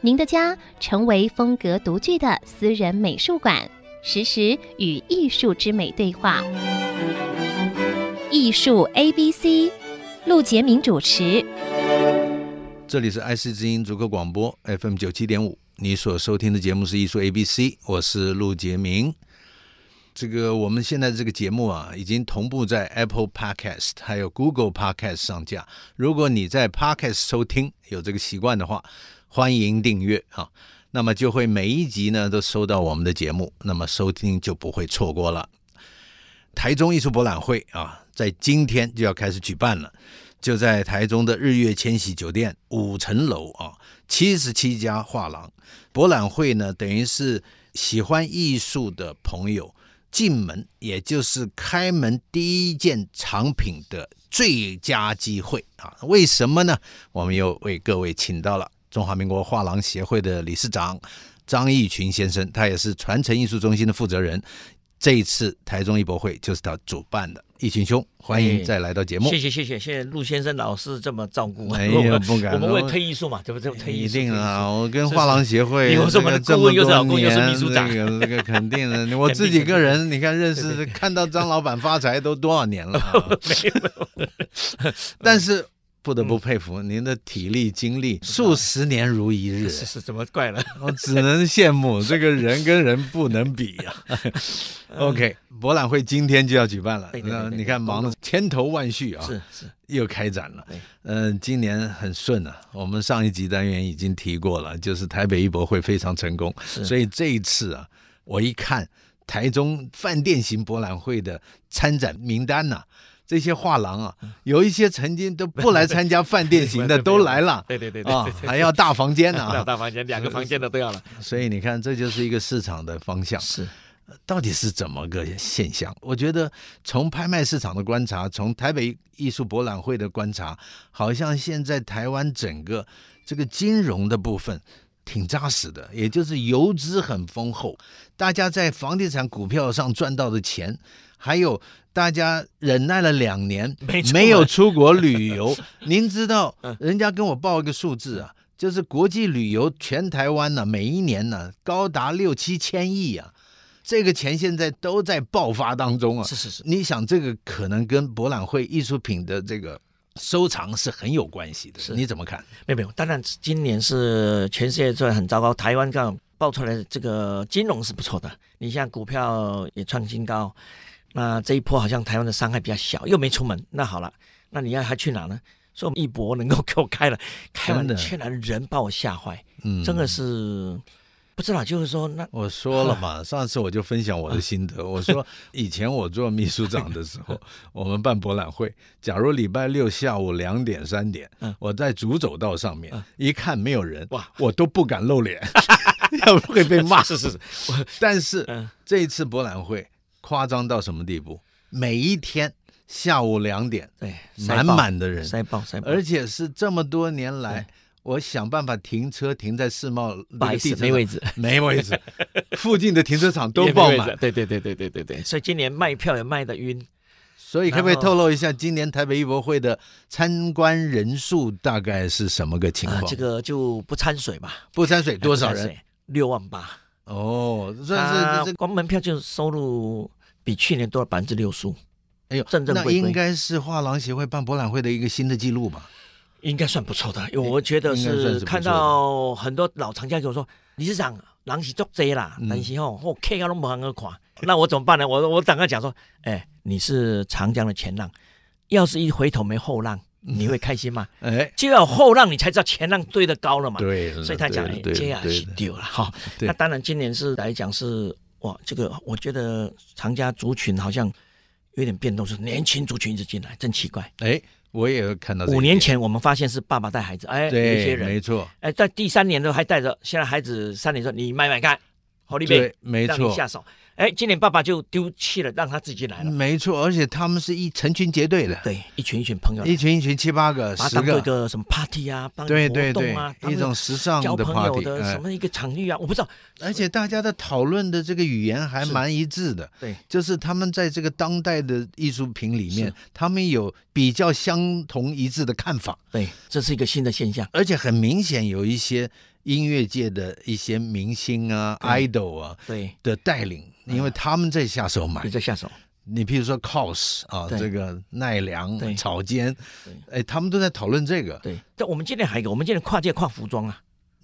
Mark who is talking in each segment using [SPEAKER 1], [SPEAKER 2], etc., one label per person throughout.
[SPEAKER 1] 您的家成为风格独具的私人美术馆，实时与艺术之美对话。艺术 A B C，陆杰明主持。
[SPEAKER 2] 这里是爱思之音足客广播 FM 九七点五，你所收听的节目是艺术 ABC，我是陆杰明。这个我们现在这个节目啊，已经同步在 Apple Podcast 还有 Google Podcast 上架。如果你在 Podcast 收听有这个习惯的话，欢迎订阅啊，那么就会每一集呢都收到我们的节目，那么收听就不会错过了。台中艺术博览会啊，在今天就要开始举办了。就在台中的日月千禧酒店五层楼啊，七十七家画廊博览会呢，等于是喜欢艺术的朋友进门，也就是开门第一件藏品的最佳机会啊！为什么呢？我们又为各位请到了中华民国画廊协会的理事长张义群先生，他也是传承艺术中心的负责人。这一次台中艺博会就是他主办的，义群兄，欢迎再来到节目。
[SPEAKER 3] 谢谢谢谢谢谢陆先生老师这么照顾，
[SPEAKER 2] 哎呀，不敢
[SPEAKER 3] 我们
[SPEAKER 2] 了
[SPEAKER 3] 为推艺术嘛，对不对？推艺
[SPEAKER 2] 一
[SPEAKER 3] 术
[SPEAKER 2] 定
[SPEAKER 3] 推艺
[SPEAKER 2] 啊！
[SPEAKER 3] 术
[SPEAKER 2] 我跟
[SPEAKER 3] 是
[SPEAKER 2] 画廊协会
[SPEAKER 3] 你又是我们的
[SPEAKER 2] 这
[SPEAKER 3] 顾
[SPEAKER 2] 么
[SPEAKER 3] 问又是老
[SPEAKER 2] 多
[SPEAKER 3] 公又是
[SPEAKER 2] 年，
[SPEAKER 3] 秘书长
[SPEAKER 2] 这个这个肯定 的。我自己个人，你看认识看到张老板发财都多少年 了啊，
[SPEAKER 3] 嗯
[SPEAKER 2] 但是不得
[SPEAKER 3] 嗯
[SPEAKER 2] 不佩服您的体力精力，数十年如一日，
[SPEAKER 3] 是是怎么怪了？
[SPEAKER 2] 我 只能羡慕这个人跟人不能比呀、OK，博览会今天就要举办了
[SPEAKER 3] 嗯对，对对
[SPEAKER 2] 那
[SPEAKER 3] 对
[SPEAKER 2] 你看忙得千头万绪啊，
[SPEAKER 3] 是是
[SPEAKER 2] 又开展了
[SPEAKER 3] 对。
[SPEAKER 2] 嗯、今年很顺啊，我们上一集单元已经提过了，就是台北艺博会非常成功，
[SPEAKER 3] 是，
[SPEAKER 2] 所以这一次啊，我一看台中饭店型博览会的参展名单呐、这些画廊啊，有一些曾经都不来参加饭店型的
[SPEAKER 3] 嗯 对对对
[SPEAKER 2] 都来了。
[SPEAKER 3] 对对对对
[SPEAKER 2] 啊
[SPEAKER 3] 对，，
[SPEAKER 2] 还要大房间 呢、
[SPEAKER 3] 大
[SPEAKER 2] 啊，
[SPEAKER 3] 大房间两个房间的都要了，
[SPEAKER 2] 所以你看，这就是一个市场的方向。
[SPEAKER 3] 是
[SPEAKER 2] 到底是怎么个现象？我觉得从拍卖市场的观察，从台北艺术博览会的观察，好像现在台湾整个这个金融的部分挺扎实的，也就是游资很丰厚，大家在房地产、股票上赚到的钱，还有大家忍耐了两年
[SPEAKER 3] 没出门
[SPEAKER 2] 有出国旅游，您知道，人家跟我报一个数字啊。就是国际旅游，全台湾呢、每一年呢、高达六七千亿啊，这个钱现在都在爆发当中啊。
[SPEAKER 3] 是是是，
[SPEAKER 2] 你想，这个可能跟博览会艺术品的这个收藏是很有关系的，
[SPEAKER 3] 是
[SPEAKER 2] 你怎么看？
[SPEAKER 3] 没有没有，当然今年是全世界虽然很糟糕，台湾刚好爆出来的这个金融是不错的，你像股票也创新高，那这一波好像台湾的伤害比较小，又没出门，那好了，那你要还去哪呢？所以我们艺博能够给我开了，开完
[SPEAKER 2] 真的
[SPEAKER 3] 竟然人把我吓坏，
[SPEAKER 2] 嗯，
[SPEAKER 3] 真的是不知道，就是说那
[SPEAKER 2] 我说了嘛，上次我就分享我的心得。我 说，以前我做秘书长的时候，我们办博览会，假如礼拜六下午两点、三点
[SPEAKER 3] 嗯，
[SPEAKER 2] 我在主走道上面
[SPEAKER 3] 嗯
[SPEAKER 2] 一看没有人，
[SPEAKER 3] 哇，
[SPEAKER 2] 我都不敢露 脸，要不会被骂。
[SPEAKER 3] 是是是，
[SPEAKER 2] 但是
[SPEAKER 3] 嗯，
[SPEAKER 2] 这一次博览会夸张到什么地步？每一天下午两点，
[SPEAKER 3] 对，哎塞
[SPEAKER 2] 满
[SPEAKER 3] 爆
[SPEAKER 2] 满的人，
[SPEAKER 3] 塞爆塞爆，
[SPEAKER 2] 而且是这么多年来
[SPEAKER 3] 对，
[SPEAKER 2] 我想办法停车停在世贸
[SPEAKER 3] 不好
[SPEAKER 2] 那个地哎
[SPEAKER 3] 意思
[SPEAKER 2] 址
[SPEAKER 3] 没位置，
[SPEAKER 2] 没位置，附近的停车场都
[SPEAKER 3] 也没
[SPEAKER 2] 爆
[SPEAKER 3] 位置
[SPEAKER 2] 满。
[SPEAKER 3] 对对对对对对对，所以今年卖票也卖得晕，
[SPEAKER 2] 所以可不可以
[SPEAKER 3] 然后
[SPEAKER 2] 透露一下今年台北艺博会的参观人数大概是什么个情
[SPEAKER 3] 啊
[SPEAKER 2] 况？，
[SPEAKER 3] 这个就不掺水吧，
[SPEAKER 2] 不山水多少
[SPEAKER 3] 不掺
[SPEAKER 2] 人？
[SPEAKER 3] 水？六万八，
[SPEAKER 2] 哦，算
[SPEAKER 3] 啊
[SPEAKER 2] 是这，
[SPEAKER 3] 光门票就收入比去年多了百分之六十五，
[SPEAKER 2] 哎呦
[SPEAKER 3] 正，正
[SPEAKER 2] 那
[SPEAKER 3] 规规
[SPEAKER 2] 应该是画廊协会办博览会的一个新的记录吧？
[SPEAKER 3] 应该算不错的。因为我觉得
[SPEAKER 2] 应该算是不错的
[SPEAKER 3] 看到很多老藏家跟我说，理事长人是作贼啦，
[SPEAKER 2] 嗯
[SPEAKER 3] 但是吼，我 K 啊都没人个看，那我怎么办呢？我我赶快讲说，哎，你是长江的前浪，要是一回头没后浪，
[SPEAKER 2] 嗯
[SPEAKER 3] 你会开心吗？
[SPEAKER 2] 哎，
[SPEAKER 3] 就要有后浪，你才知道前浪堆得高了嘛。
[SPEAKER 2] 对了，
[SPEAKER 3] 所以他讲，
[SPEAKER 2] 对
[SPEAKER 3] 哎
[SPEAKER 2] 了，对
[SPEAKER 3] 这
[SPEAKER 2] 了
[SPEAKER 3] 样
[SPEAKER 2] 对
[SPEAKER 3] 是
[SPEAKER 2] 了
[SPEAKER 3] 丢了哈。
[SPEAKER 2] 对
[SPEAKER 3] 那当然，今年是来讲是哇，这个我觉得长家族群好像有点变动，是年轻族群一直进来，真奇怪。
[SPEAKER 2] 哎，我也有看到这一
[SPEAKER 3] 五年
[SPEAKER 2] 点，
[SPEAKER 3] 前我们发现是爸爸带孩子，哎，有一
[SPEAKER 2] 对，
[SPEAKER 3] 些
[SPEAKER 2] 没
[SPEAKER 3] 人，
[SPEAKER 2] 错，
[SPEAKER 3] 哎，在第三年都还带着，现在孩子三年说你买买看，好利贝
[SPEAKER 2] 对，，没
[SPEAKER 3] 让
[SPEAKER 2] 错
[SPEAKER 3] 你，下手。哎，今年爸爸就丢弃了，让他自己来了。
[SPEAKER 2] 没错，而且他们是一成群结队的，
[SPEAKER 3] 对，一群一群朋友来，
[SPEAKER 2] 一群一群七八个、
[SPEAKER 3] 把它
[SPEAKER 2] 十
[SPEAKER 3] 当做一
[SPEAKER 2] 个，
[SPEAKER 3] 个什么 party 啊，办
[SPEAKER 2] 对
[SPEAKER 3] 活
[SPEAKER 2] 对对
[SPEAKER 3] 动啊，，当
[SPEAKER 2] 一
[SPEAKER 3] 作
[SPEAKER 2] 种时尚
[SPEAKER 3] 交
[SPEAKER 2] 的
[SPEAKER 3] 朋友
[SPEAKER 2] party，
[SPEAKER 3] 的
[SPEAKER 2] 哎
[SPEAKER 3] 什么一个场域啊，我不知道。
[SPEAKER 2] 而且大家的讨论的这个语言还
[SPEAKER 3] 是
[SPEAKER 2] 蛮一致的，
[SPEAKER 3] 对，
[SPEAKER 2] 就是他们在这个当代的艺术品里面
[SPEAKER 3] 是，
[SPEAKER 2] 他们有比较相同一致的看法，
[SPEAKER 3] 对，这是一个新的现象。
[SPEAKER 2] 而且很明显有一些音乐界的一些明星啊、
[SPEAKER 3] 对
[SPEAKER 2] idol 啊
[SPEAKER 3] 对，
[SPEAKER 2] 的带领，因为他们在下手买
[SPEAKER 3] 你，在下手，
[SPEAKER 2] 你譬如说 cos 啊，
[SPEAKER 3] 对
[SPEAKER 2] 这个奈良
[SPEAKER 3] 对、
[SPEAKER 2] 草间
[SPEAKER 3] 对，
[SPEAKER 2] 哎，他们都在讨论这个，
[SPEAKER 3] 对。但我们今天还有一个，我们今天跨界跨服装啊，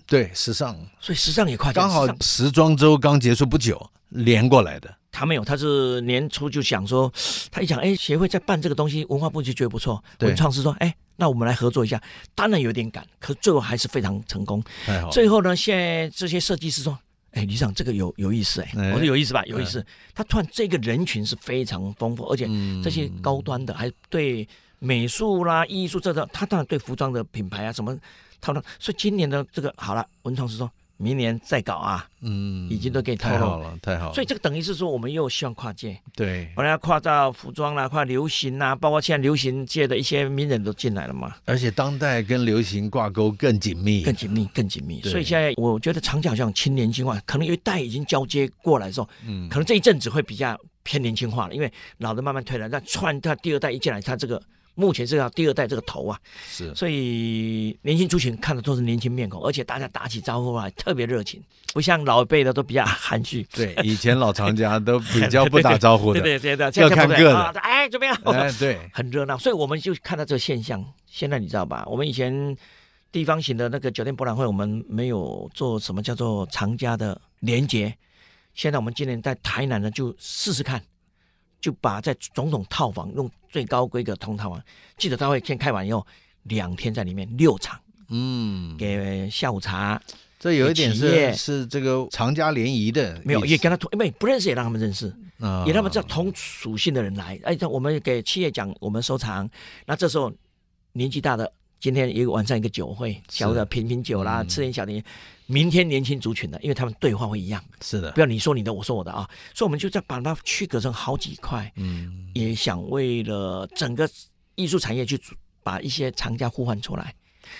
[SPEAKER 2] 对，时尚
[SPEAKER 3] 所以时尚也跨界。
[SPEAKER 2] 刚好
[SPEAKER 3] 时尚
[SPEAKER 2] 时装周刚结束不久，连过来的，
[SPEAKER 3] 他没有，他是年初就想说，他一想，哎，协会在办这个东西，文化部就觉得不错，
[SPEAKER 2] 对
[SPEAKER 3] 文创是说，哎，那我们来合作一下。当然有点赶，可最后还是非常成功。
[SPEAKER 2] 太好了，
[SPEAKER 3] 最后呢，现在这些设计师说。哎，李长，这个有有意思哎，
[SPEAKER 2] 哎
[SPEAKER 3] 我说有意思吧，有意思。他突然这个人群是非常丰富，而且
[SPEAKER 2] 嗯
[SPEAKER 3] 这些高端的，还对美术啦、艺术这个，他当然对服装的品牌啊什么套路。所以今年的这个好了，文创是说明年再搞啊，
[SPEAKER 2] 嗯，
[SPEAKER 3] 已经都给你透
[SPEAKER 2] 太好
[SPEAKER 3] 露。
[SPEAKER 2] 了，太好了，
[SPEAKER 3] 所以这个等于是说，我们又希望跨界，
[SPEAKER 2] 对，
[SPEAKER 3] 本来要跨到服装啦、跨流行啦，包括现在流行界的一些名人都进来了嘛，
[SPEAKER 2] 而且当代跟流行挂钩更紧密，
[SPEAKER 3] 更紧密、更紧密。
[SPEAKER 2] 对
[SPEAKER 3] 所以现在我觉得长期好像青年轻化，可能有一代已经交接过来的时候，
[SPEAKER 2] 嗯
[SPEAKER 3] 可能这一阵子会比较偏年轻化了，因为老的慢慢退了，但突然他第二代一进来，他这个目前是要第二代这个头啊，
[SPEAKER 2] 是
[SPEAKER 3] 所以年轻族群看的都是年轻面孔，而且大家打起招呼来特别热情，不像老一辈的都比较含蓄。
[SPEAKER 2] 对，以前老藏家都比较 不打招呼
[SPEAKER 3] 对
[SPEAKER 2] 的，
[SPEAKER 3] 对对对，
[SPEAKER 2] 要
[SPEAKER 3] 现在
[SPEAKER 2] 看
[SPEAKER 3] 不
[SPEAKER 2] 个人
[SPEAKER 3] 啊，哎，怎么样？
[SPEAKER 2] 哎，对，
[SPEAKER 3] 很热闹，所以我们就看到这个现象。现在你知道吧？我们以前地方型的那个酒店博览会，我们没有做什么叫做藏家的连接。现在我们今年在台南呢，就试试看，就把在总统套房用最高规格通套房，记者大会先开完以后，两天在里面六场，
[SPEAKER 2] 嗯，
[SPEAKER 3] 给下午茶，
[SPEAKER 2] 这有一点
[SPEAKER 3] 企业
[SPEAKER 2] 是是这个藏家联谊的意思，
[SPEAKER 3] 没有也跟他同，因为不认识也让他们认识，
[SPEAKER 2] 啊
[SPEAKER 3] 也让他们知道同属性的人来。哎，这我们给企业讲我们收藏，那这时候年纪大的。今天一个晚上一个酒会，小的品品酒啦，
[SPEAKER 2] 嗯
[SPEAKER 3] 吃点小点。明天年轻族群的，因为他们对话会一样，
[SPEAKER 2] 是的
[SPEAKER 3] 不，要你说你的，我说我的啊，所以我们就在把它区隔成好几块，
[SPEAKER 2] 嗯，
[SPEAKER 3] 也想为了整个艺术产业去把一些藏家呼唤出来，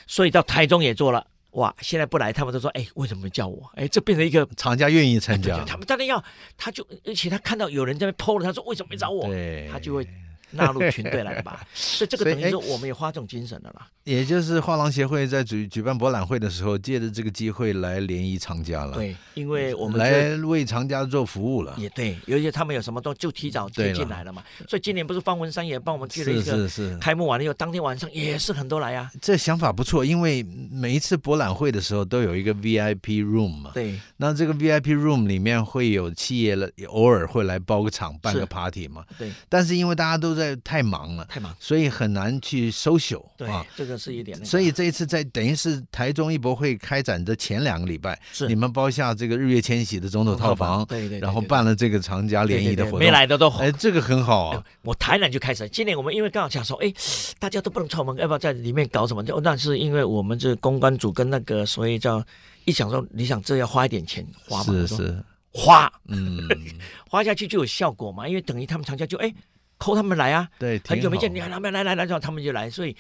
[SPEAKER 3] 所以到台中也做了。哇，现在不来，他们都说，哎，为什么没叫我？哎，这变成一个
[SPEAKER 2] 藏家愿意参加，
[SPEAKER 3] 他们当然要，他就而且他看到有人在那边 PO 了，他说为什么没找我？
[SPEAKER 2] 对，
[SPEAKER 3] 他就会纳入群队来了 吧？所以这个
[SPEAKER 2] 哎所以哎
[SPEAKER 3] 等于说我们也花这种精神了啦。
[SPEAKER 2] 也就是画廊协会在举举办博览会的时候，借着这个机会来联谊藏家了，，
[SPEAKER 3] 对，因为我们觉
[SPEAKER 2] 嗯来为藏家做服务了
[SPEAKER 3] 得。也对，尤其他们有什么都就提早
[SPEAKER 2] 对
[SPEAKER 3] 贴
[SPEAKER 2] 了
[SPEAKER 3] 进来了嘛。所以今年不是方文山也帮我们聚了
[SPEAKER 2] 嗯是
[SPEAKER 3] 一
[SPEAKER 2] 是
[SPEAKER 3] 个
[SPEAKER 2] 是，
[SPEAKER 3] 开幕完了以后，当天晚上也是很多来啊。
[SPEAKER 2] 这想法不错，因为每一次博览会的时候都有一个 VIP room 嘛，
[SPEAKER 3] 对，
[SPEAKER 2] 那这个 VIP room 里面会有企业了，偶尔会来包个场办
[SPEAKER 3] 是
[SPEAKER 2] 个 party 嘛。
[SPEAKER 3] 对，
[SPEAKER 2] 但是因为大家都在太忙了，
[SPEAKER 3] 太忙。
[SPEAKER 2] 所以很难去 social
[SPEAKER 3] 对
[SPEAKER 2] 啊。，
[SPEAKER 3] 这个是一点那个。
[SPEAKER 2] 所以这一次在等于是台中艺博会开展的前两个礼拜，
[SPEAKER 3] 是
[SPEAKER 2] 你们包下这个日月千禧的总统套房，
[SPEAKER 3] 对对对，
[SPEAKER 2] 然后
[SPEAKER 3] 对
[SPEAKER 2] 办了这个长家
[SPEAKER 3] 对
[SPEAKER 2] 联谊
[SPEAKER 3] 对
[SPEAKER 2] 的
[SPEAKER 3] 对
[SPEAKER 2] 活动。
[SPEAKER 3] 没来的都
[SPEAKER 2] 哎，这个很好
[SPEAKER 3] 哎
[SPEAKER 2] 啊。
[SPEAKER 3] 我台南就开始，今年我们因为刚好想说，哎，大家都不能串门，要不要在里面搞什么？就哦那是因为我们这公关组跟那个，所以叫一想说，你想这要花一点钱，花嘛，
[SPEAKER 2] 是
[SPEAKER 3] 我说
[SPEAKER 2] 是，
[SPEAKER 3] 花
[SPEAKER 2] 嗯，
[SPEAKER 3] 花下去就有效果嘛，因为等于他们长假就哎扣他们来啊，
[SPEAKER 2] 对，
[SPEAKER 3] 很久没见，你
[SPEAKER 2] 挺好
[SPEAKER 3] 来来来来来，然后他们就来，所以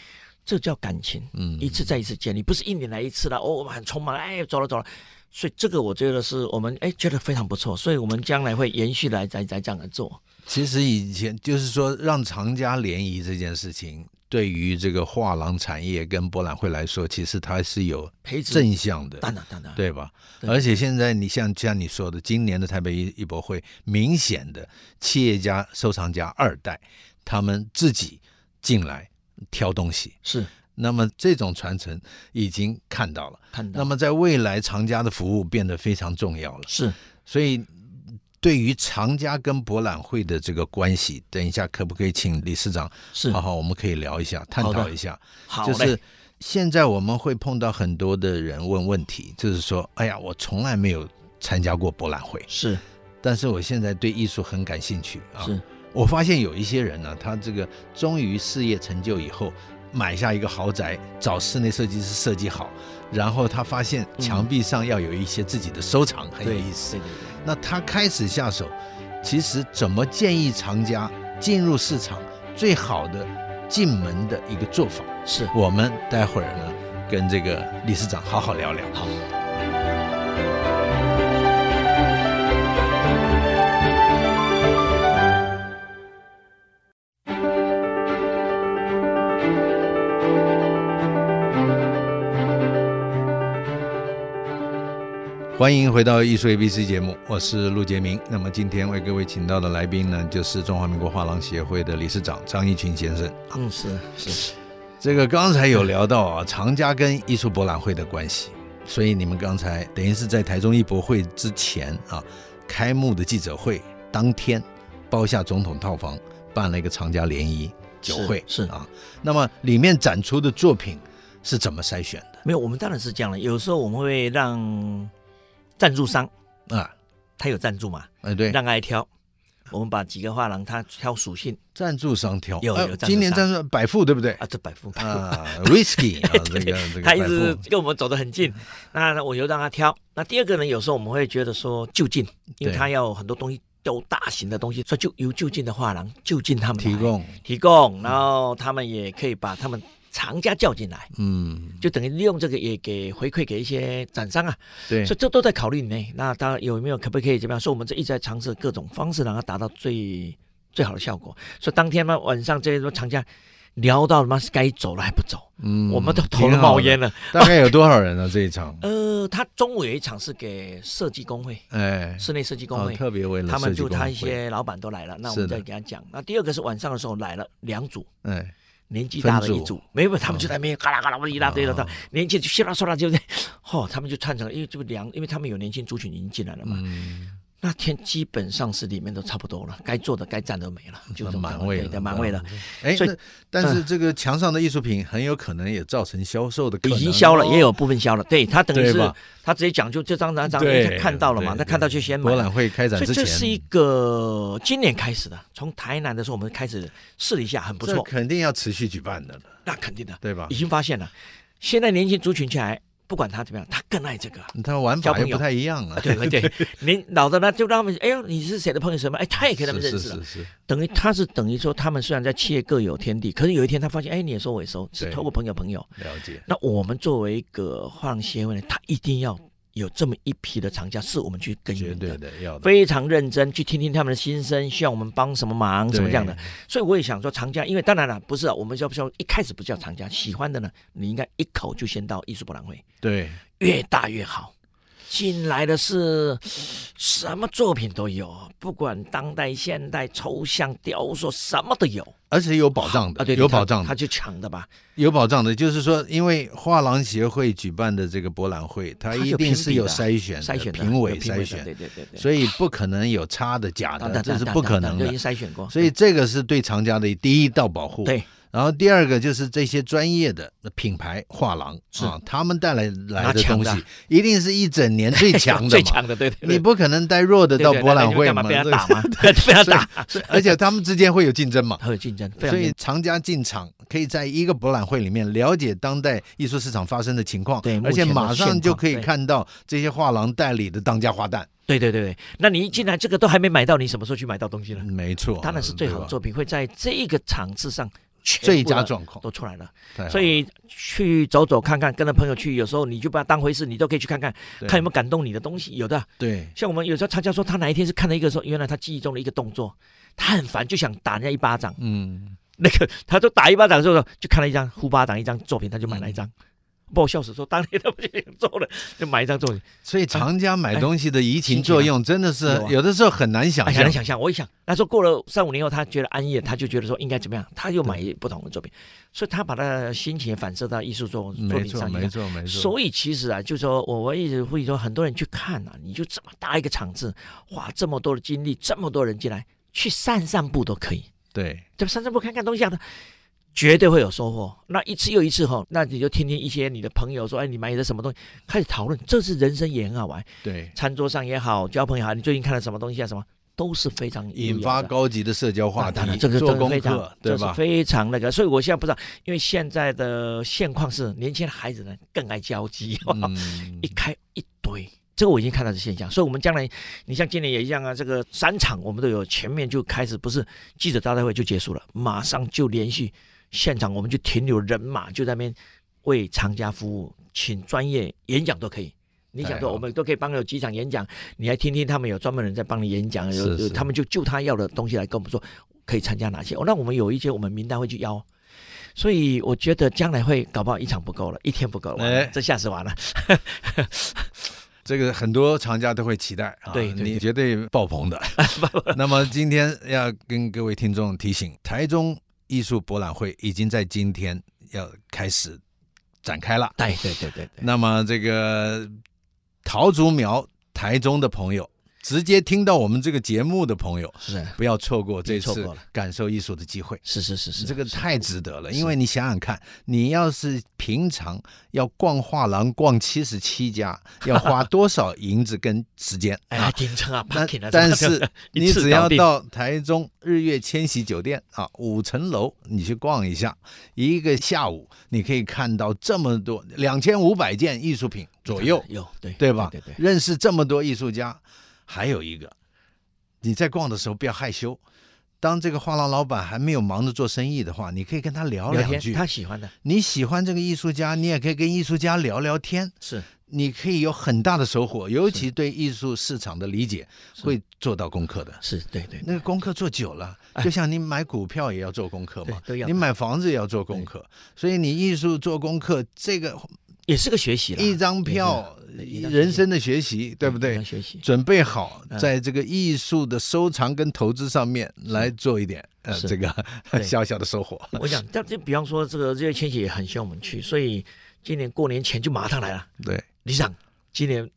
[SPEAKER 3] 这叫感情，
[SPEAKER 2] 嗯，
[SPEAKER 3] 一次再一次建立，不是一年来一次了，哦，我们很匆忙，哎，走了走了。所以这个我觉得是我们哎觉得非常不错，所以我们将来会延续来来来这样来做。
[SPEAKER 2] 其实以前就是说，让藏家联谊这件事情，对于这个画廊产业跟博览会来说，其实它是有
[SPEAKER 3] 培植
[SPEAKER 2] 正向的，
[SPEAKER 3] 当然当然，
[SPEAKER 2] 对吧？
[SPEAKER 3] 对
[SPEAKER 2] 而且现在你像像你说的，今年的台北艺艺博会，明显的企业家、收藏家二代，他们自己进来挑东西，
[SPEAKER 3] 是
[SPEAKER 2] 那么这种传承已经看到了。
[SPEAKER 3] 看到。
[SPEAKER 2] 那么在未来，藏家的服务变得非常重要了。
[SPEAKER 3] 是
[SPEAKER 2] 所以，对于藏家跟博览会的这个关系，等一下可不可以请理事长
[SPEAKER 3] 是
[SPEAKER 2] 好好，我们可以聊一下，探
[SPEAKER 3] 好的
[SPEAKER 2] 讨一下。
[SPEAKER 3] 好
[SPEAKER 2] 就
[SPEAKER 3] 嘞
[SPEAKER 2] 是现在我们会碰到很多的人问问题，就是说，哎呀，我从来没有参加过博览会，
[SPEAKER 3] 是
[SPEAKER 2] 但是我现在对艺术很感兴趣啊。
[SPEAKER 3] 是
[SPEAKER 2] 我发现有一些人呢、他这个终于事业成就以后，买下一个豪宅，找室内设计师设计好，然后他发现
[SPEAKER 3] 嗯
[SPEAKER 2] 墙壁上要有一些自己的收藏，很有
[SPEAKER 3] 对
[SPEAKER 2] 意思
[SPEAKER 3] 对。对对
[SPEAKER 2] 那他开始下手，其实怎么建议藏家进入市场最好的进门的一个做法，
[SPEAKER 3] 是
[SPEAKER 2] 我们待会儿呢跟这个理事长好好聊聊。好。欢迎回到艺术 ABC 节目，我是陆杰明。那么今天为各位请到的来宾呢，就是中华民国画廊协会的理事长张一群先生。
[SPEAKER 3] 嗯是是
[SPEAKER 2] 这个刚才有聊到啊，藏家跟艺术博览会的关系，所以你们刚才等于是在台中艺博会之前啊，开幕的记者会当天，包下总统套房办了一个藏家联谊酒会
[SPEAKER 3] 是是
[SPEAKER 2] 啊，那么里面展出的作品是怎么筛选
[SPEAKER 3] 没有，我们当然是这样了。有时候我们会让赞助商，
[SPEAKER 2] 的啊？
[SPEAKER 3] 他有赞助嘛，
[SPEAKER 2] 哎，对，
[SPEAKER 3] 让他来挑。我们把几个画廊，他挑属性
[SPEAKER 2] 赞助商挑，
[SPEAKER 3] 有
[SPEAKER 2] 哎
[SPEAKER 3] 有赞助
[SPEAKER 2] 今年
[SPEAKER 3] 商
[SPEAKER 2] 赞助百富对不对？
[SPEAKER 3] 啊，这百富百富，
[SPEAKER 2] 啊，whisky 啊，这个这个
[SPEAKER 3] 他一
[SPEAKER 2] 百
[SPEAKER 3] 直
[SPEAKER 2] 富嗯
[SPEAKER 3] 跟我们走得很近。那我就让他挑。那第二个呢，有时候我们会觉得说就近，因为
[SPEAKER 2] 对
[SPEAKER 3] 他要很多东西都大型的东西，所以就由就近的画廊就近他们来
[SPEAKER 2] 提供，
[SPEAKER 3] 提供，然后他们也可以把他们藏家叫进来，
[SPEAKER 2] 嗯，
[SPEAKER 3] 就等于利用这个也给回馈给一些展商啊，
[SPEAKER 2] 对
[SPEAKER 3] 所以这都在考虑内。那当然有没有可不可以怎么样？所以我们这一直在尝试各种方式，让它达到最最好的效果。所以当天嘛，晚上这些都藏家聊到他妈该走了还不走，
[SPEAKER 2] 嗯，
[SPEAKER 3] 我们都头
[SPEAKER 2] 挺
[SPEAKER 3] 都
[SPEAKER 2] 好
[SPEAKER 3] 冒
[SPEAKER 2] 的
[SPEAKER 3] 烟了。
[SPEAKER 2] 大概有多少人呢？啊这一场？
[SPEAKER 3] 呃，他中午有一场是给设计工会，
[SPEAKER 2] 哎，
[SPEAKER 3] 室内设计工
[SPEAKER 2] 哦
[SPEAKER 3] 会，
[SPEAKER 2] 特别为了
[SPEAKER 3] 他们
[SPEAKER 2] 设计
[SPEAKER 3] 就
[SPEAKER 2] 工
[SPEAKER 3] 他
[SPEAKER 2] 会
[SPEAKER 3] 一，些老板都来了，那我
[SPEAKER 2] 是
[SPEAKER 3] 们
[SPEAKER 2] 的
[SPEAKER 3] 再给他讲。那第二个是晚上的时候来了两组，
[SPEAKER 2] 哎，
[SPEAKER 3] 年纪大的
[SPEAKER 2] 分
[SPEAKER 3] 一
[SPEAKER 2] 组
[SPEAKER 3] 组，没有，他们就在那边嘎啦嘎啦，一大堆的，
[SPEAKER 2] 哦
[SPEAKER 3] 他年轻就稀啦唰啦就在， 哦，他们就串成了，因为这个两，因为他们有年轻族群已经进来了嘛。
[SPEAKER 2] 嗯，
[SPEAKER 3] 那天基本上是里面都差不多了，该做的该站的都没了，就
[SPEAKER 2] 那
[SPEAKER 3] 这么
[SPEAKER 2] 满位
[SPEAKER 3] 对
[SPEAKER 2] 了
[SPEAKER 3] 的满位了，。
[SPEAKER 2] 哎，
[SPEAKER 3] 所以嗯
[SPEAKER 2] 那但是这个墙上的艺术品很有可能也造成销售的可能
[SPEAKER 3] 已
[SPEAKER 2] 哦，
[SPEAKER 3] 经消了，也有部分消了。对他等于
[SPEAKER 2] 对
[SPEAKER 3] 是
[SPEAKER 2] 吧
[SPEAKER 3] 他直接讲就这张哪张，因为
[SPEAKER 2] 对
[SPEAKER 3] 他看到了嘛，
[SPEAKER 2] 对
[SPEAKER 3] 他
[SPEAKER 2] 对
[SPEAKER 3] 看到就先买
[SPEAKER 2] 博
[SPEAKER 3] 了。
[SPEAKER 2] 览会开展
[SPEAKER 3] 所以
[SPEAKER 2] 之
[SPEAKER 3] 这
[SPEAKER 2] 前，
[SPEAKER 3] 是一个今年开始的，从台南的时候我们开始试了一下，很不
[SPEAKER 2] 这
[SPEAKER 3] 错，
[SPEAKER 2] 肯定要持续举办的了，
[SPEAKER 3] 那肯定的，
[SPEAKER 2] 对吧
[SPEAKER 3] 已？经发现了。现在年轻族群起来，不管他怎么样，他更爱这个。
[SPEAKER 2] 他嗯玩
[SPEAKER 3] 交
[SPEAKER 2] 法
[SPEAKER 3] 朋友
[SPEAKER 2] 又不太一样了，
[SPEAKER 3] 啊对 对对，年老的呢就让他们，哎呦，你是谁的朋友什么？哎，他也
[SPEAKER 2] 是
[SPEAKER 3] 跟他们认识
[SPEAKER 2] 是
[SPEAKER 3] 了，
[SPEAKER 2] 是是，
[SPEAKER 3] 等于他是等于说，他们虽然在企业各有天地，可是有一天他发现，哎，你也收我也收，是
[SPEAKER 2] 对
[SPEAKER 3] 透过朋友朋友。
[SPEAKER 2] 了解，
[SPEAKER 3] 那我们作为一个画廊协会呢，他一定要有这么一批的藏家，是我们去耕
[SPEAKER 2] 绝
[SPEAKER 3] 耘
[SPEAKER 2] 对
[SPEAKER 3] 的。
[SPEAKER 2] 的要的，
[SPEAKER 3] 非常认真去听听他们的心声，希望我们帮什么忙，什么这样的
[SPEAKER 2] 对。？
[SPEAKER 3] 所以我也想说，藏家，因为当然了，不是啊，我们要不要一开始不叫藏家，喜欢的呢，你应该一口就先到艺术博览会，
[SPEAKER 2] 对，
[SPEAKER 3] 越大越好。进来的是什么作品都有，不管当代、现代、抽象、雕塑，什么都有
[SPEAKER 2] 而且有保障的，
[SPEAKER 3] 啊。对，对
[SPEAKER 2] 有
[SPEAKER 3] 他
[SPEAKER 2] 保障
[SPEAKER 3] 他
[SPEAKER 2] 的，
[SPEAKER 3] 就抢的吧。
[SPEAKER 2] 有保障的，就是说，因为画廊协会举办的这个博览会，它
[SPEAKER 3] 它
[SPEAKER 2] 一
[SPEAKER 3] 有
[SPEAKER 2] 定
[SPEAKER 3] 评
[SPEAKER 2] 是
[SPEAKER 3] 比
[SPEAKER 2] 有
[SPEAKER 3] 的
[SPEAKER 2] 筛选的、
[SPEAKER 3] 筛选的
[SPEAKER 2] 评
[SPEAKER 3] 有
[SPEAKER 2] 委
[SPEAKER 3] 评委
[SPEAKER 2] 筛
[SPEAKER 3] 的
[SPEAKER 2] 选
[SPEAKER 3] 对，对对对。
[SPEAKER 2] 所以不可能有差的、假
[SPEAKER 3] 当
[SPEAKER 2] 的，
[SPEAKER 3] 当
[SPEAKER 2] 这
[SPEAKER 3] 当
[SPEAKER 2] 是
[SPEAKER 3] 当
[SPEAKER 2] 不
[SPEAKER 3] 当
[SPEAKER 2] 可
[SPEAKER 3] 当
[SPEAKER 2] 能
[SPEAKER 3] 就已
[SPEAKER 2] 的
[SPEAKER 3] 经。筛选过。
[SPEAKER 2] 所以这个是对藏家的第一道保护。。
[SPEAKER 3] 对，
[SPEAKER 2] 然后第二个就是这些专业的品牌画廊
[SPEAKER 3] 是
[SPEAKER 2] 啊，他们带来来
[SPEAKER 3] 拿
[SPEAKER 2] 的
[SPEAKER 3] 强
[SPEAKER 2] 东
[SPEAKER 3] 的啊
[SPEAKER 2] 西，一定是一整年最强的
[SPEAKER 3] 最
[SPEAKER 2] 嘛。
[SPEAKER 3] 强的，对对对。
[SPEAKER 2] 你不可能带弱的
[SPEAKER 3] 对
[SPEAKER 2] 到
[SPEAKER 3] 对
[SPEAKER 2] 博
[SPEAKER 3] 那
[SPEAKER 2] 览
[SPEAKER 3] 你
[SPEAKER 2] 会
[SPEAKER 3] 干
[SPEAKER 2] 嘛
[SPEAKER 3] 嘛？被他
[SPEAKER 2] 这
[SPEAKER 3] 打 嘛？被他打，
[SPEAKER 2] 所 以而且他们之间会有竞争嘛。
[SPEAKER 3] 很有竞争，非常
[SPEAKER 2] 所以
[SPEAKER 3] 严
[SPEAKER 2] 藏家进场可以在一个博览会里面了解当代艺术市场发生的情况，
[SPEAKER 3] 对目
[SPEAKER 2] 而且
[SPEAKER 3] 前的
[SPEAKER 2] 马
[SPEAKER 3] 现
[SPEAKER 2] 上就
[SPEAKER 3] 况
[SPEAKER 2] 可以
[SPEAKER 3] 对
[SPEAKER 2] 看到这些画廊代理的当家花旦。
[SPEAKER 3] 对对对对。那你一进来，这个都还没买到，你什么时候去买到东西呢？
[SPEAKER 2] 没错，
[SPEAKER 3] 当然是最好的
[SPEAKER 2] 对吧
[SPEAKER 3] 作品会在这个场次上全
[SPEAKER 2] 最
[SPEAKER 3] 部的
[SPEAKER 2] 佳状况。啊
[SPEAKER 3] 都出来了，
[SPEAKER 2] 太好了
[SPEAKER 3] 所以去走走看看，跟着朋友去，有时候你就把它当回事，你都可以去看看，
[SPEAKER 2] 对
[SPEAKER 3] 看有没有感动你的东西。有的，
[SPEAKER 2] 对
[SPEAKER 3] 像我们有时候参加说，他哪一天是看了一个说，原来他记忆中的一个动作，他很烦，就想打人家一巴掌。
[SPEAKER 2] 嗯，
[SPEAKER 3] 那个他都打一巴掌之后，就看了一张呼巴掌一张作品，他就买了一张。
[SPEAKER 2] 嗯
[SPEAKER 3] 把我笑死，说当年他不就想做了，就买一张作品，
[SPEAKER 2] 所以藏家买东西的移情
[SPEAKER 3] 情
[SPEAKER 2] 作用真的是
[SPEAKER 3] 有啊
[SPEAKER 2] 有的时候很难想
[SPEAKER 3] 哎，很
[SPEAKER 2] 象
[SPEAKER 3] 难。想象。我一想，那时候过了三五年后，他觉得安逸了，他就觉得说应该怎么样，他又买不同的作品，所以他把他的心情也反射到艺术作作
[SPEAKER 2] 嗯没
[SPEAKER 3] 品
[SPEAKER 2] 错，
[SPEAKER 3] 上去
[SPEAKER 2] 没。错，没错。
[SPEAKER 3] 所以其实啊，就说我我一直会说，很多人去看啊，你就这么大一个场子，花这么多的精力，这么多人进来，去散散步都可以，
[SPEAKER 2] 对，
[SPEAKER 3] 对吧？散散步看看东西啊，绝对会有收获。那一次又一次哈，那你就听听一些你的朋友说，哎，你买的什么东西，开始讨论，这是人生也很好玩。
[SPEAKER 2] 对，
[SPEAKER 3] 啊餐桌上也好，交朋友也好，你最近看了什么东西啊？什么都是非常
[SPEAKER 2] 引
[SPEAKER 3] 优
[SPEAKER 2] 发
[SPEAKER 3] 雅的
[SPEAKER 2] 高级的社交话
[SPEAKER 3] 那
[SPEAKER 2] 题，
[SPEAKER 3] 当然这个
[SPEAKER 2] 做
[SPEAKER 3] 这个
[SPEAKER 2] 功
[SPEAKER 3] 非
[SPEAKER 2] 课
[SPEAKER 3] 常，
[SPEAKER 2] 对
[SPEAKER 3] 这是
[SPEAKER 2] 吧？
[SPEAKER 3] 非常那个，所以我现在不知道，因为现在的现况是年轻的孩子呢更爱交际，
[SPEAKER 2] 嗯
[SPEAKER 3] 一开一堆。这个我已经看到的现象，所以我们将来，你像今年也一样啊，这个三场我们都有，前面就开始不是记者招待会就结束了，马上就连续现场我们就停留人马就在那边为厂家服务，请专业演讲都可
[SPEAKER 2] 啊
[SPEAKER 3] 以。你想
[SPEAKER 2] 太
[SPEAKER 3] 说
[SPEAKER 2] 好
[SPEAKER 3] 我们都可以帮有几场演讲，你来听听他们有专门人在帮你演讲，有
[SPEAKER 2] 是是
[SPEAKER 3] 有他们就就他要的东西来跟我们说可以参加哪些。哦，那我们有一些我们名单会去邀，所以我觉得将来会搞不好一场不够了，一天不够了，
[SPEAKER 2] 哎
[SPEAKER 3] 这下子完了。
[SPEAKER 2] 这个很多厂家都会期待啊，
[SPEAKER 3] 对对对
[SPEAKER 2] 你绝对爆棚 的。 那么今天要跟各位听众提醒，台中艺术博览会已经在今天要开始展开了。
[SPEAKER 3] 哎对对对对对，
[SPEAKER 2] 那么这个桃竹苗台中的朋友，直接听到我们这个节目的朋友，
[SPEAKER 3] 是
[SPEAKER 2] 不要错过这
[SPEAKER 3] 错
[SPEAKER 2] 次
[SPEAKER 3] 过了
[SPEAKER 2] 感受艺术的机会。
[SPEAKER 3] 是是是是，啊
[SPEAKER 2] 这个
[SPEAKER 3] 是
[SPEAKER 2] 太值得了，
[SPEAKER 3] 是啊
[SPEAKER 2] 因为你想想看，你要是平常要逛画廊逛七十七家，要花多少银子跟时间
[SPEAKER 3] 哎
[SPEAKER 2] 啊
[SPEAKER 3] 呀，？停车啊，
[SPEAKER 2] 那
[SPEAKER 3] parking 啊
[SPEAKER 2] 但
[SPEAKER 3] 这个
[SPEAKER 2] 是
[SPEAKER 3] 一
[SPEAKER 2] 你
[SPEAKER 3] 次
[SPEAKER 2] 只要
[SPEAKER 3] 搞定
[SPEAKER 2] 到台中日月千禧酒店啊五层楼，你去逛一下，一个下午你可以看到这么多两千五百件艺术品左右，
[SPEAKER 3] 有对
[SPEAKER 2] 对吧？
[SPEAKER 3] 对对，对
[SPEAKER 2] 认识这么多艺术家，还有一个，你在逛的时候不要害羞。当这个画廊老板还没有忙着做生意的话，你可以跟他聊
[SPEAKER 3] 聊
[SPEAKER 2] 两
[SPEAKER 3] 天
[SPEAKER 2] 句。
[SPEAKER 3] 他喜欢的
[SPEAKER 2] 你喜欢这个艺术家，你也可以跟艺术家聊聊天，
[SPEAKER 3] 是
[SPEAKER 2] 你可以有很大的收获，尤其对艺术市场的理解会做到功课的。
[SPEAKER 3] 是，对对
[SPEAKER 2] 那个功课做久了，
[SPEAKER 3] 哎
[SPEAKER 2] 就像你买股票也要做功课嘛
[SPEAKER 3] 对，都要
[SPEAKER 2] 你买房子也要做功课，所以你艺术做功课，这个
[SPEAKER 3] 也是个学习了，
[SPEAKER 2] 一张票
[SPEAKER 3] 对，一张学习
[SPEAKER 2] 人生的学习，对不
[SPEAKER 3] 一
[SPEAKER 2] 对
[SPEAKER 3] 张？学习
[SPEAKER 2] 准备好
[SPEAKER 3] 啊嗯
[SPEAKER 2] 在这个艺术的收藏跟投资上面来做一点呃
[SPEAKER 3] 是
[SPEAKER 2] 这个
[SPEAKER 3] 对
[SPEAKER 2] 小小的收获。
[SPEAKER 3] 我想，但就比方说这个这些千禧也很希望我们去，所以今年过年前就马上来了。
[SPEAKER 2] 对，
[SPEAKER 3] 李长，今年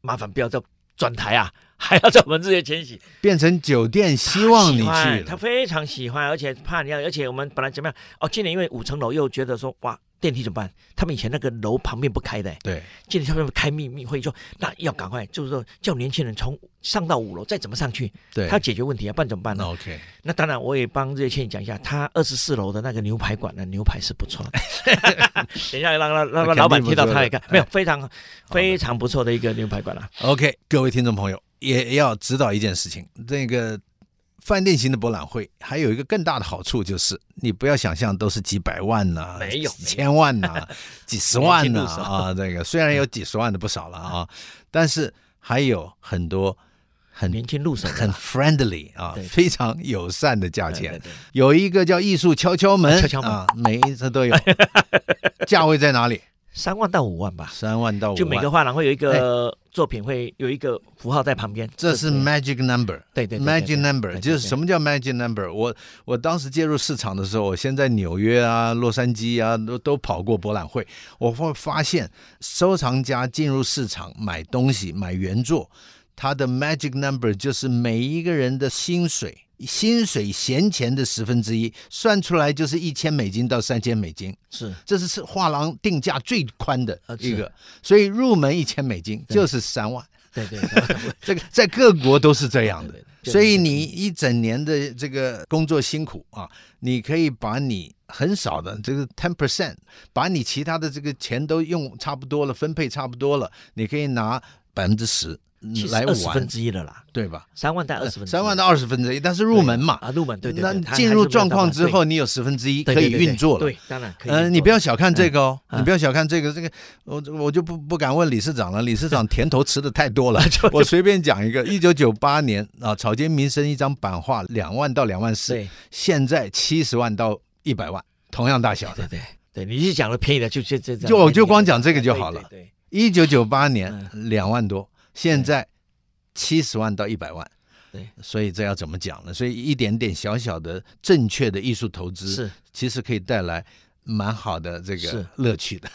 [SPEAKER 3] 麻烦不要再转台啊，还要在我们这些千禧。
[SPEAKER 2] 变成酒店希望你
[SPEAKER 3] 喜欢
[SPEAKER 2] 去
[SPEAKER 3] 他
[SPEAKER 2] 了，
[SPEAKER 3] 非常喜欢，而且怕你要，而且我们本来怎么样？哦，今年因为五层楼又觉得说哇电梯怎么办？他们以前那个楼旁边不开的，
[SPEAKER 2] 对，
[SPEAKER 3] 今年他们开秘密会说，那要赶快，就是说叫年轻人从上到五楼，再怎么上去，
[SPEAKER 2] 对
[SPEAKER 3] 他要解决问题啊，不然怎么办
[SPEAKER 2] 那
[SPEAKER 3] 呢？
[SPEAKER 2] OK，
[SPEAKER 3] 那当然，我也帮这些倩讲一下，他二十四楼的那个牛排馆的牛排是不错的。 等一下让让
[SPEAKER 2] 那
[SPEAKER 3] 让
[SPEAKER 2] 肯定
[SPEAKER 3] 老板
[SPEAKER 2] 不
[SPEAKER 3] 听到
[SPEAKER 2] 错
[SPEAKER 3] 他
[SPEAKER 2] 的
[SPEAKER 3] 也看，没有非常非常不错的一个牛排馆了、啊
[SPEAKER 2] OK，各位听众朋友也要知道一件事情，这个饭店型的博览会还有一个更大的好处就是，你不要想象都是几百万呐、
[SPEAKER 3] 没有
[SPEAKER 2] 几千万呐、 几十万呐
[SPEAKER 3] 年轻入手
[SPEAKER 2] 啊这个虽然
[SPEAKER 3] 嗯
[SPEAKER 2] 有几十万的不少了啊，但是还有很多很
[SPEAKER 3] 年轻入手的
[SPEAKER 2] 很
[SPEAKER 3] 啦
[SPEAKER 2] friendly 啊
[SPEAKER 3] 对，
[SPEAKER 2] 非常友善的价
[SPEAKER 3] 对对
[SPEAKER 2] 钱。
[SPEAKER 3] 对
[SPEAKER 2] 有一个叫艺术敲敲门，
[SPEAKER 3] 啊敲敲门
[SPEAKER 2] 啊，每一次都有。价位在哪里？
[SPEAKER 3] 三万到五万吧。
[SPEAKER 2] 三万到五万。
[SPEAKER 3] 就每个画廊会有一个作品，会有一个符号在旁边。
[SPEAKER 2] 哎这是
[SPEAKER 3] 对
[SPEAKER 2] magic number。
[SPEAKER 3] 对对对
[SPEAKER 2] magic number 就是什
[SPEAKER 3] 么？
[SPEAKER 2] 么叫 magic number？我我当时介入市场的时候，我先在纽约啊、洛杉矶啊都都跑过博览会，我会发现收藏家进入市场买东西、买原作，他的 magic number 就是每一个人的薪水。薪水闲钱的十分之一，算出来就是一千美金到三千美金，
[SPEAKER 3] 是
[SPEAKER 2] 这是是画廊定价最宽的
[SPEAKER 3] 啊
[SPEAKER 2] 一
[SPEAKER 3] 是
[SPEAKER 2] 个，所以入门一千美金就是三万。
[SPEAKER 3] 对 对对
[SPEAKER 2] 这个在各国都是这样的
[SPEAKER 3] 对对，对
[SPEAKER 2] 所以
[SPEAKER 3] 嗯
[SPEAKER 2] 你一整年的这个工作辛苦啊，你可以把你很少的这个 ten percent，把你其他的这个钱都用差不多了，分配差不多了，你可以拿百分之十
[SPEAKER 3] 其实
[SPEAKER 2] 来
[SPEAKER 3] 二十分
[SPEAKER 2] 玩，
[SPEAKER 3] 之一了啦，
[SPEAKER 2] 对吧？
[SPEAKER 3] 三万到二十分之一，
[SPEAKER 2] 三万到二十分之一，但是入门嘛，
[SPEAKER 3] 啊，入门对对。对
[SPEAKER 2] 那进入状况之，后，
[SPEAKER 3] 它
[SPEAKER 2] 你有十分之一
[SPEAKER 3] 还
[SPEAKER 2] 可
[SPEAKER 3] 是
[SPEAKER 2] 以
[SPEAKER 3] 没有办法对对对对对
[SPEAKER 2] 运作了。
[SPEAKER 3] 对，当然可以运作了。
[SPEAKER 2] 嗯，你不要小看这个哦，
[SPEAKER 3] 嗯
[SPEAKER 2] 你不要小看这个，这个我我就不不敢问理事长了，理事长甜头吃的太多 了。我随便讲一个，一九九八年啊，草间弥生一张版画两万到两万四，
[SPEAKER 3] 对
[SPEAKER 2] 现在七十万到一百万，同样大小的
[SPEAKER 3] 对。对对，你是讲了便宜的，就就就
[SPEAKER 2] 就我就光讲这个就好了
[SPEAKER 3] 对对对
[SPEAKER 2] 一九九八年两万多，现
[SPEAKER 3] 嗯对
[SPEAKER 2] 在七十万到一百万。
[SPEAKER 3] 对，
[SPEAKER 2] 所以这要怎么讲呢？所以一点点小小的正确的艺术投资，
[SPEAKER 3] 是
[SPEAKER 2] 其实可以带来蛮好的这个
[SPEAKER 3] 是
[SPEAKER 2] 乐趣的。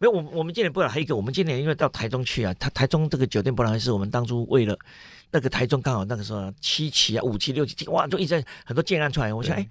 [SPEAKER 3] 没有，我们我们今年不了，还有一个，我们今年因为到台中去啊，他台中这个酒店博览会是我们当初为了那个台中刚好那个时候啊七期啊、五期、六期，哇，就一直在很多建案出来。我想，
[SPEAKER 2] 对
[SPEAKER 3] 哎，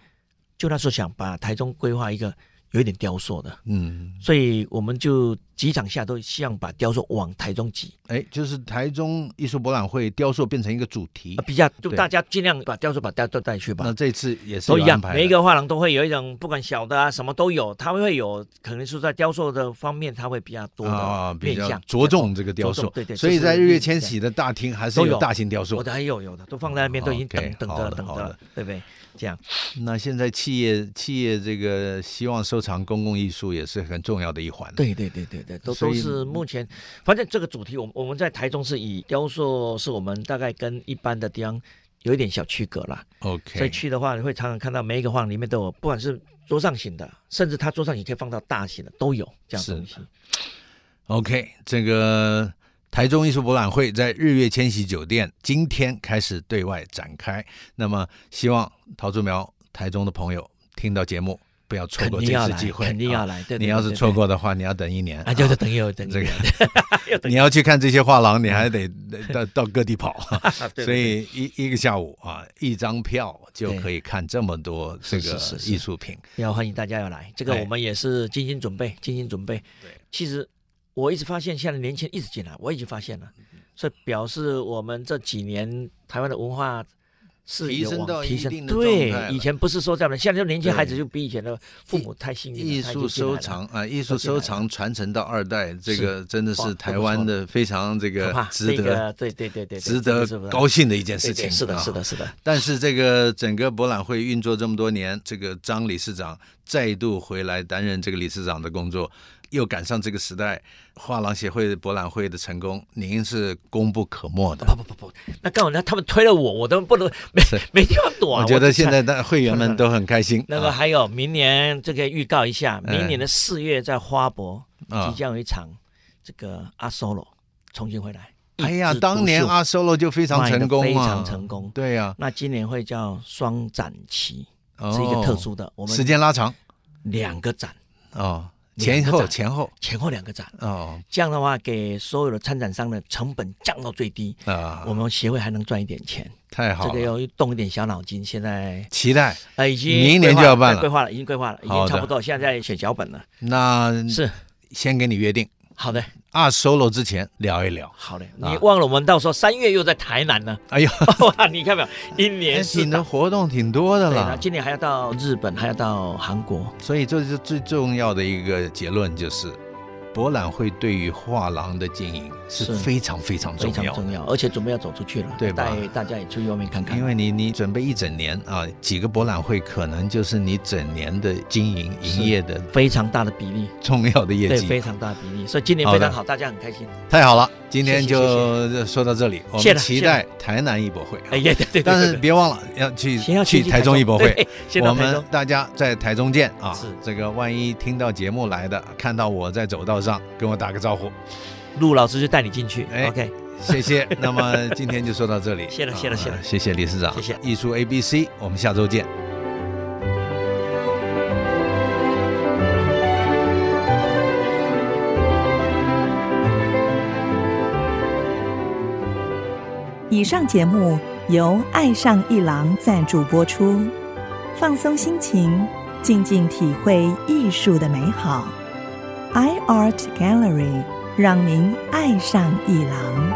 [SPEAKER 3] 就那时候想把台中规划一个有一点雕塑的，
[SPEAKER 2] 嗯，
[SPEAKER 3] 所以我们就几场下都希望把雕塑往台中挤，
[SPEAKER 2] 哎，就是台中艺术博览会雕塑变成一个主题
[SPEAKER 3] 啊，，比较就
[SPEAKER 2] 对
[SPEAKER 3] 大家尽量把雕塑把大家都带去吧
[SPEAKER 2] 那。这次也是
[SPEAKER 3] 都一
[SPEAKER 2] 有
[SPEAKER 3] 样
[SPEAKER 2] 安，排
[SPEAKER 3] 每一
[SPEAKER 2] 的
[SPEAKER 3] 个画廊都会有一种，不管小的啊，什么都有，它会有可能是在雕塑的方面，它会比较多
[SPEAKER 2] 啊
[SPEAKER 3] 的
[SPEAKER 2] 比
[SPEAKER 3] 面
[SPEAKER 2] 较
[SPEAKER 3] 向
[SPEAKER 2] 着重这个雕
[SPEAKER 3] 着
[SPEAKER 2] 塑
[SPEAKER 3] 重，对对
[SPEAKER 2] 所以
[SPEAKER 3] 这是
[SPEAKER 2] 在日
[SPEAKER 3] 一
[SPEAKER 2] 月
[SPEAKER 3] 个
[SPEAKER 2] 千禧的大厅还是
[SPEAKER 3] 都
[SPEAKER 2] 有
[SPEAKER 3] 有
[SPEAKER 2] 大型雕塑
[SPEAKER 3] 我。的还有有的都放在那边，都已经
[SPEAKER 2] 哦 OK，
[SPEAKER 3] 等等
[SPEAKER 2] 好
[SPEAKER 3] 着
[SPEAKER 2] 的
[SPEAKER 3] 等
[SPEAKER 2] 好
[SPEAKER 3] 着
[SPEAKER 2] 的
[SPEAKER 3] 了，对不对？这样
[SPEAKER 2] 那现在企业企业这个希望收藏公共艺术也是很重要的一环。
[SPEAKER 3] 对对对对对，都
[SPEAKER 2] 所
[SPEAKER 3] 都
[SPEAKER 2] 以
[SPEAKER 3] 是目前，反正这个主题，我们我们在台中是以雕塑是我们大概跟一般的地方有一点小区隔啦，所以
[SPEAKER 2] ，OK，
[SPEAKER 3] 去的话，你会常常看到每一个画里面都有，不管是桌上型的，甚至它桌上也可以放到大型的，都有这样的
[SPEAKER 2] 是
[SPEAKER 3] 东西。
[SPEAKER 2] OK，这个台中艺术博览会在日月千禧酒店今天开始对外展开。那么，希望陶竹苗台中的朋友听到节目，不要错
[SPEAKER 3] 肯
[SPEAKER 2] 过
[SPEAKER 3] 定
[SPEAKER 2] 这
[SPEAKER 3] 要
[SPEAKER 2] 次
[SPEAKER 3] 来，
[SPEAKER 2] 机会。
[SPEAKER 3] 肯定要
[SPEAKER 2] 啊
[SPEAKER 3] 来。对，
[SPEAKER 2] 你要是错过的话，你要等一年
[SPEAKER 3] 啊，就是等 有等
[SPEAKER 2] 这个
[SPEAKER 3] 又等啊
[SPEAKER 2] 你要去看这些画廊，你还得到到各地跑，
[SPEAKER 3] 对
[SPEAKER 2] 所以一一个下午啊，一张票就可以看这么多这
[SPEAKER 3] 是
[SPEAKER 2] 个
[SPEAKER 3] 是是是
[SPEAKER 2] 艺术品。
[SPEAKER 3] 要欢迎大家要来，这个
[SPEAKER 2] 哎
[SPEAKER 3] 我们也是精心准备，精心准备。对，其实我一直发现现在年轻人一直进来，我已经发现了，
[SPEAKER 2] 嗯
[SPEAKER 3] 所以表示我们这几年台湾的文化。是有
[SPEAKER 2] 提升
[SPEAKER 3] 往
[SPEAKER 2] 到
[SPEAKER 3] 提
[SPEAKER 2] 一定
[SPEAKER 3] 升，
[SPEAKER 2] 的状
[SPEAKER 3] 对
[SPEAKER 2] 态，了
[SPEAKER 3] 以前不是说这样的，现在就年轻
[SPEAKER 2] 对
[SPEAKER 3] 孩子就比以前的父母太幸运了，
[SPEAKER 2] 艺
[SPEAKER 3] 他已
[SPEAKER 2] 术
[SPEAKER 3] 经进来
[SPEAKER 2] 收
[SPEAKER 3] 了
[SPEAKER 2] 藏啊，艺术收藏传承到二代，这
[SPEAKER 3] 是
[SPEAKER 2] 个真的
[SPEAKER 3] 哇
[SPEAKER 2] 是
[SPEAKER 3] 这不
[SPEAKER 2] 台湾
[SPEAKER 3] 错
[SPEAKER 2] 的非常这
[SPEAKER 3] 可
[SPEAKER 2] 个
[SPEAKER 3] 怕，
[SPEAKER 2] 值
[SPEAKER 3] 这
[SPEAKER 2] 得
[SPEAKER 3] 个对对对对，对
[SPEAKER 2] 值
[SPEAKER 3] 这
[SPEAKER 2] 得
[SPEAKER 3] 个是不是
[SPEAKER 2] 高兴的一件
[SPEAKER 3] 对
[SPEAKER 2] 事
[SPEAKER 3] 对
[SPEAKER 2] 情。
[SPEAKER 3] 是的，是
[SPEAKER 2] 啊
[SPEAKER 3] 的，是的，
[SPEAKER 2] 但是这个整个博览会运作这么多年，这个张理事长再度回来担任这个理事长的工作，又赶上这个时代，画廊协会博览会的成功，您是功不可没 的。
[SPEAKER 3] 不不不不，那刚好那他们推了我，我都不能没
[SPEAKER 2] 是
[SPEAKER 3] 没地方躲啊。
[SPEAKER 2] 我觉得
[SPEAKER 3] 就
[SPEAKER 2] 现
[SPEAKER 3] 看
[SPEAKER 2] 在 的会员们都很开心。
[SPEAKER 3] 那么
[SPEAKER 2] 啊
[SPEAKER 3] 还有明年这个预告一下，
[SPEAKER 2] 哎
[SPEAKER 3] 明年的四月在花博
[SPEAKER 2] 啊
[SPEAKER 3] 即将有一场这个阿 solo 重新回来。
[SPEAKER 2] 哎呀
[SPEAKER 3] 一枝，独秀
[SPEAKER 2] 当年阿 solo 就非常成功啊
[SPEAKER 3] 卖得
[SPEAKER 2] 嘛，
[SPEAKER 3] 非常成功。
[SPEAKER 2] 对呀、
[SPEAKER 3] 那今年会叫双展期，
[SPEAKER 2] 哦
[SPEAKER 3] 是一个特殊的，我
[SPEAKER 2] 时
[SPEAKER 3] 们
[SPEAKER 2] 间拉长
[SPEAKER 3] 两个展，
[SPEAKER 2] 哦，
[SPEAKER 3] 两
[SPEAKER 2] 前
[SPEAKER 3] 个
[SPEAKER 2] 后
[SPEAKER 3] 展
[SPEAKER 2] 前后
[SPEAKER 3] 前后两个展，
[SPEAKER 2] 哦
[SPEAKER 3] 这样的话给所有的参展商的成本降到最低，
[SPEAKER 2] 啊，
[SPEAKER 3] 我们协会还能赚一点钱。
[SPEAKER 2] 太好啊
[SPEAKER 3] 这
[SPEAKER 2] 了，
[SPEAKER 3] 个要动一点小脑筋，现在
[SPEAKER 2] 期待。
[SPEAKER 3] 呃已经
[SPEAKER 2] 明年
[SPEAKER 3] 规划
[SPEAKER 2] 就要办了
[SPEAKER 3] 规划了，已经规划了，已
[SPEAKER 2] 好的
[SPEAKER 3] 经
[SPEAKER 2] 嗯
[SPEAKER 3] 差不多，现在在写脚本了。
[SPEAKER 2] 那
[SPEAKER 3] 是
[SPEAKER 2] 先给你约定，
[SPEAKER 3] 好的。
[SPEAKER 2] 阿 solo 之前聊一聊。
[SPEAKER 3] 好嘞，
[SPEAKER 2] 啊
[SPEAKER 3] 你忘了我们到时候三月又在台南呢。
[SPEAKER 2] 哎呦， 哎
[SPEAKER 3] 哇，你看没有，一年四
[SPEAKER 2] 你的活动挺多的
[SPEAKER 3] 对
[SPEAKER 2] 啦
[SPEAKER 3] 了，，今年还要到日本，还要到韩国。
[SPEAKER 2] 所以这是最重要的一个结论，就是博览会对于画廊的经营是
[SPEAKER 3] 是
[SPEAKER 2] 非常非常
[SPEAKER 3] 非
[SPEAKER 2] 重
[SPEAKER 3] 常
[SPEAKER 2] 要的。
[SPEAKER 3] 重要，而且准备要走出去了，
[SPEAKER 2] 对吧
[SPEAKER 3] 带大家也出去外面看看。
[SPEAKER 2] 因为你你准备一整年啊，几个博览会可能就是你整年的经营营业的
[SPEAKER 3] 非常大的比例，
[SPEAKER 2] 重要的业
[SPEAKER 3] 对，
[SPEAKER 2] 绩
[SPEAKER 3] 非。常大的比例，所以今年
[SPEAKER 2] 好的
[SPEAKER 3] 非常好，大家很开心。
[SPEAKER 2] 太好了，今天
[SPEAKER 3] 谢谢
[SPEAKER 2] 就说到这里，我
[SPEAKER 3] 谢
[SPEAKER 2] 们
[SPEAKER 3] 了
[SPEAKER 2] 期待台南艺博会啊。
[SPEAKER 3] 哎呀，对对对，
[SPEAKER 2] 但是
[SPEAKER 3] 对对
[SPEAKER 2] 别忘了要去
[SPEAKER 3] 先要
[SPEAKER 2] 去
[SPEAKER 3] 去
[SPEAKER 2] 台中艺博会，
[SPEAKER 3] 对先
[SPEAKER 2] 我
[SPEAKER 3] 到台
[SPEAKER 2] 们
[SPEAKER 3] 中。
[SPEAKER 2] 大家在台中见啊
[SPEAKER 3] 是！
[SPEAKER 2] 这个万一听到节目来的，看到我在走道上，跟我打个招呼，
[SPEAKER 3] 陆老师就带你进去
[SPEAKER 2] 哎
[SPEAKER 3] ，OK，
[SPEAKER 2] 谢 谢。那么今天就说到这里，
[SPEAKER 3] 谢了谢了谢了
[SPEAKER 2] 啊谢谢理事长，
[SPEAKER 3] 谢谢
[SPEAKER 2] 艺术 A B C，我们下周见。
[SPEAKER 4] 以上节目由爱上一郎赞助播出，放松心情，静静体会艺术的美好。iArt Gallery 让您爱上一郎。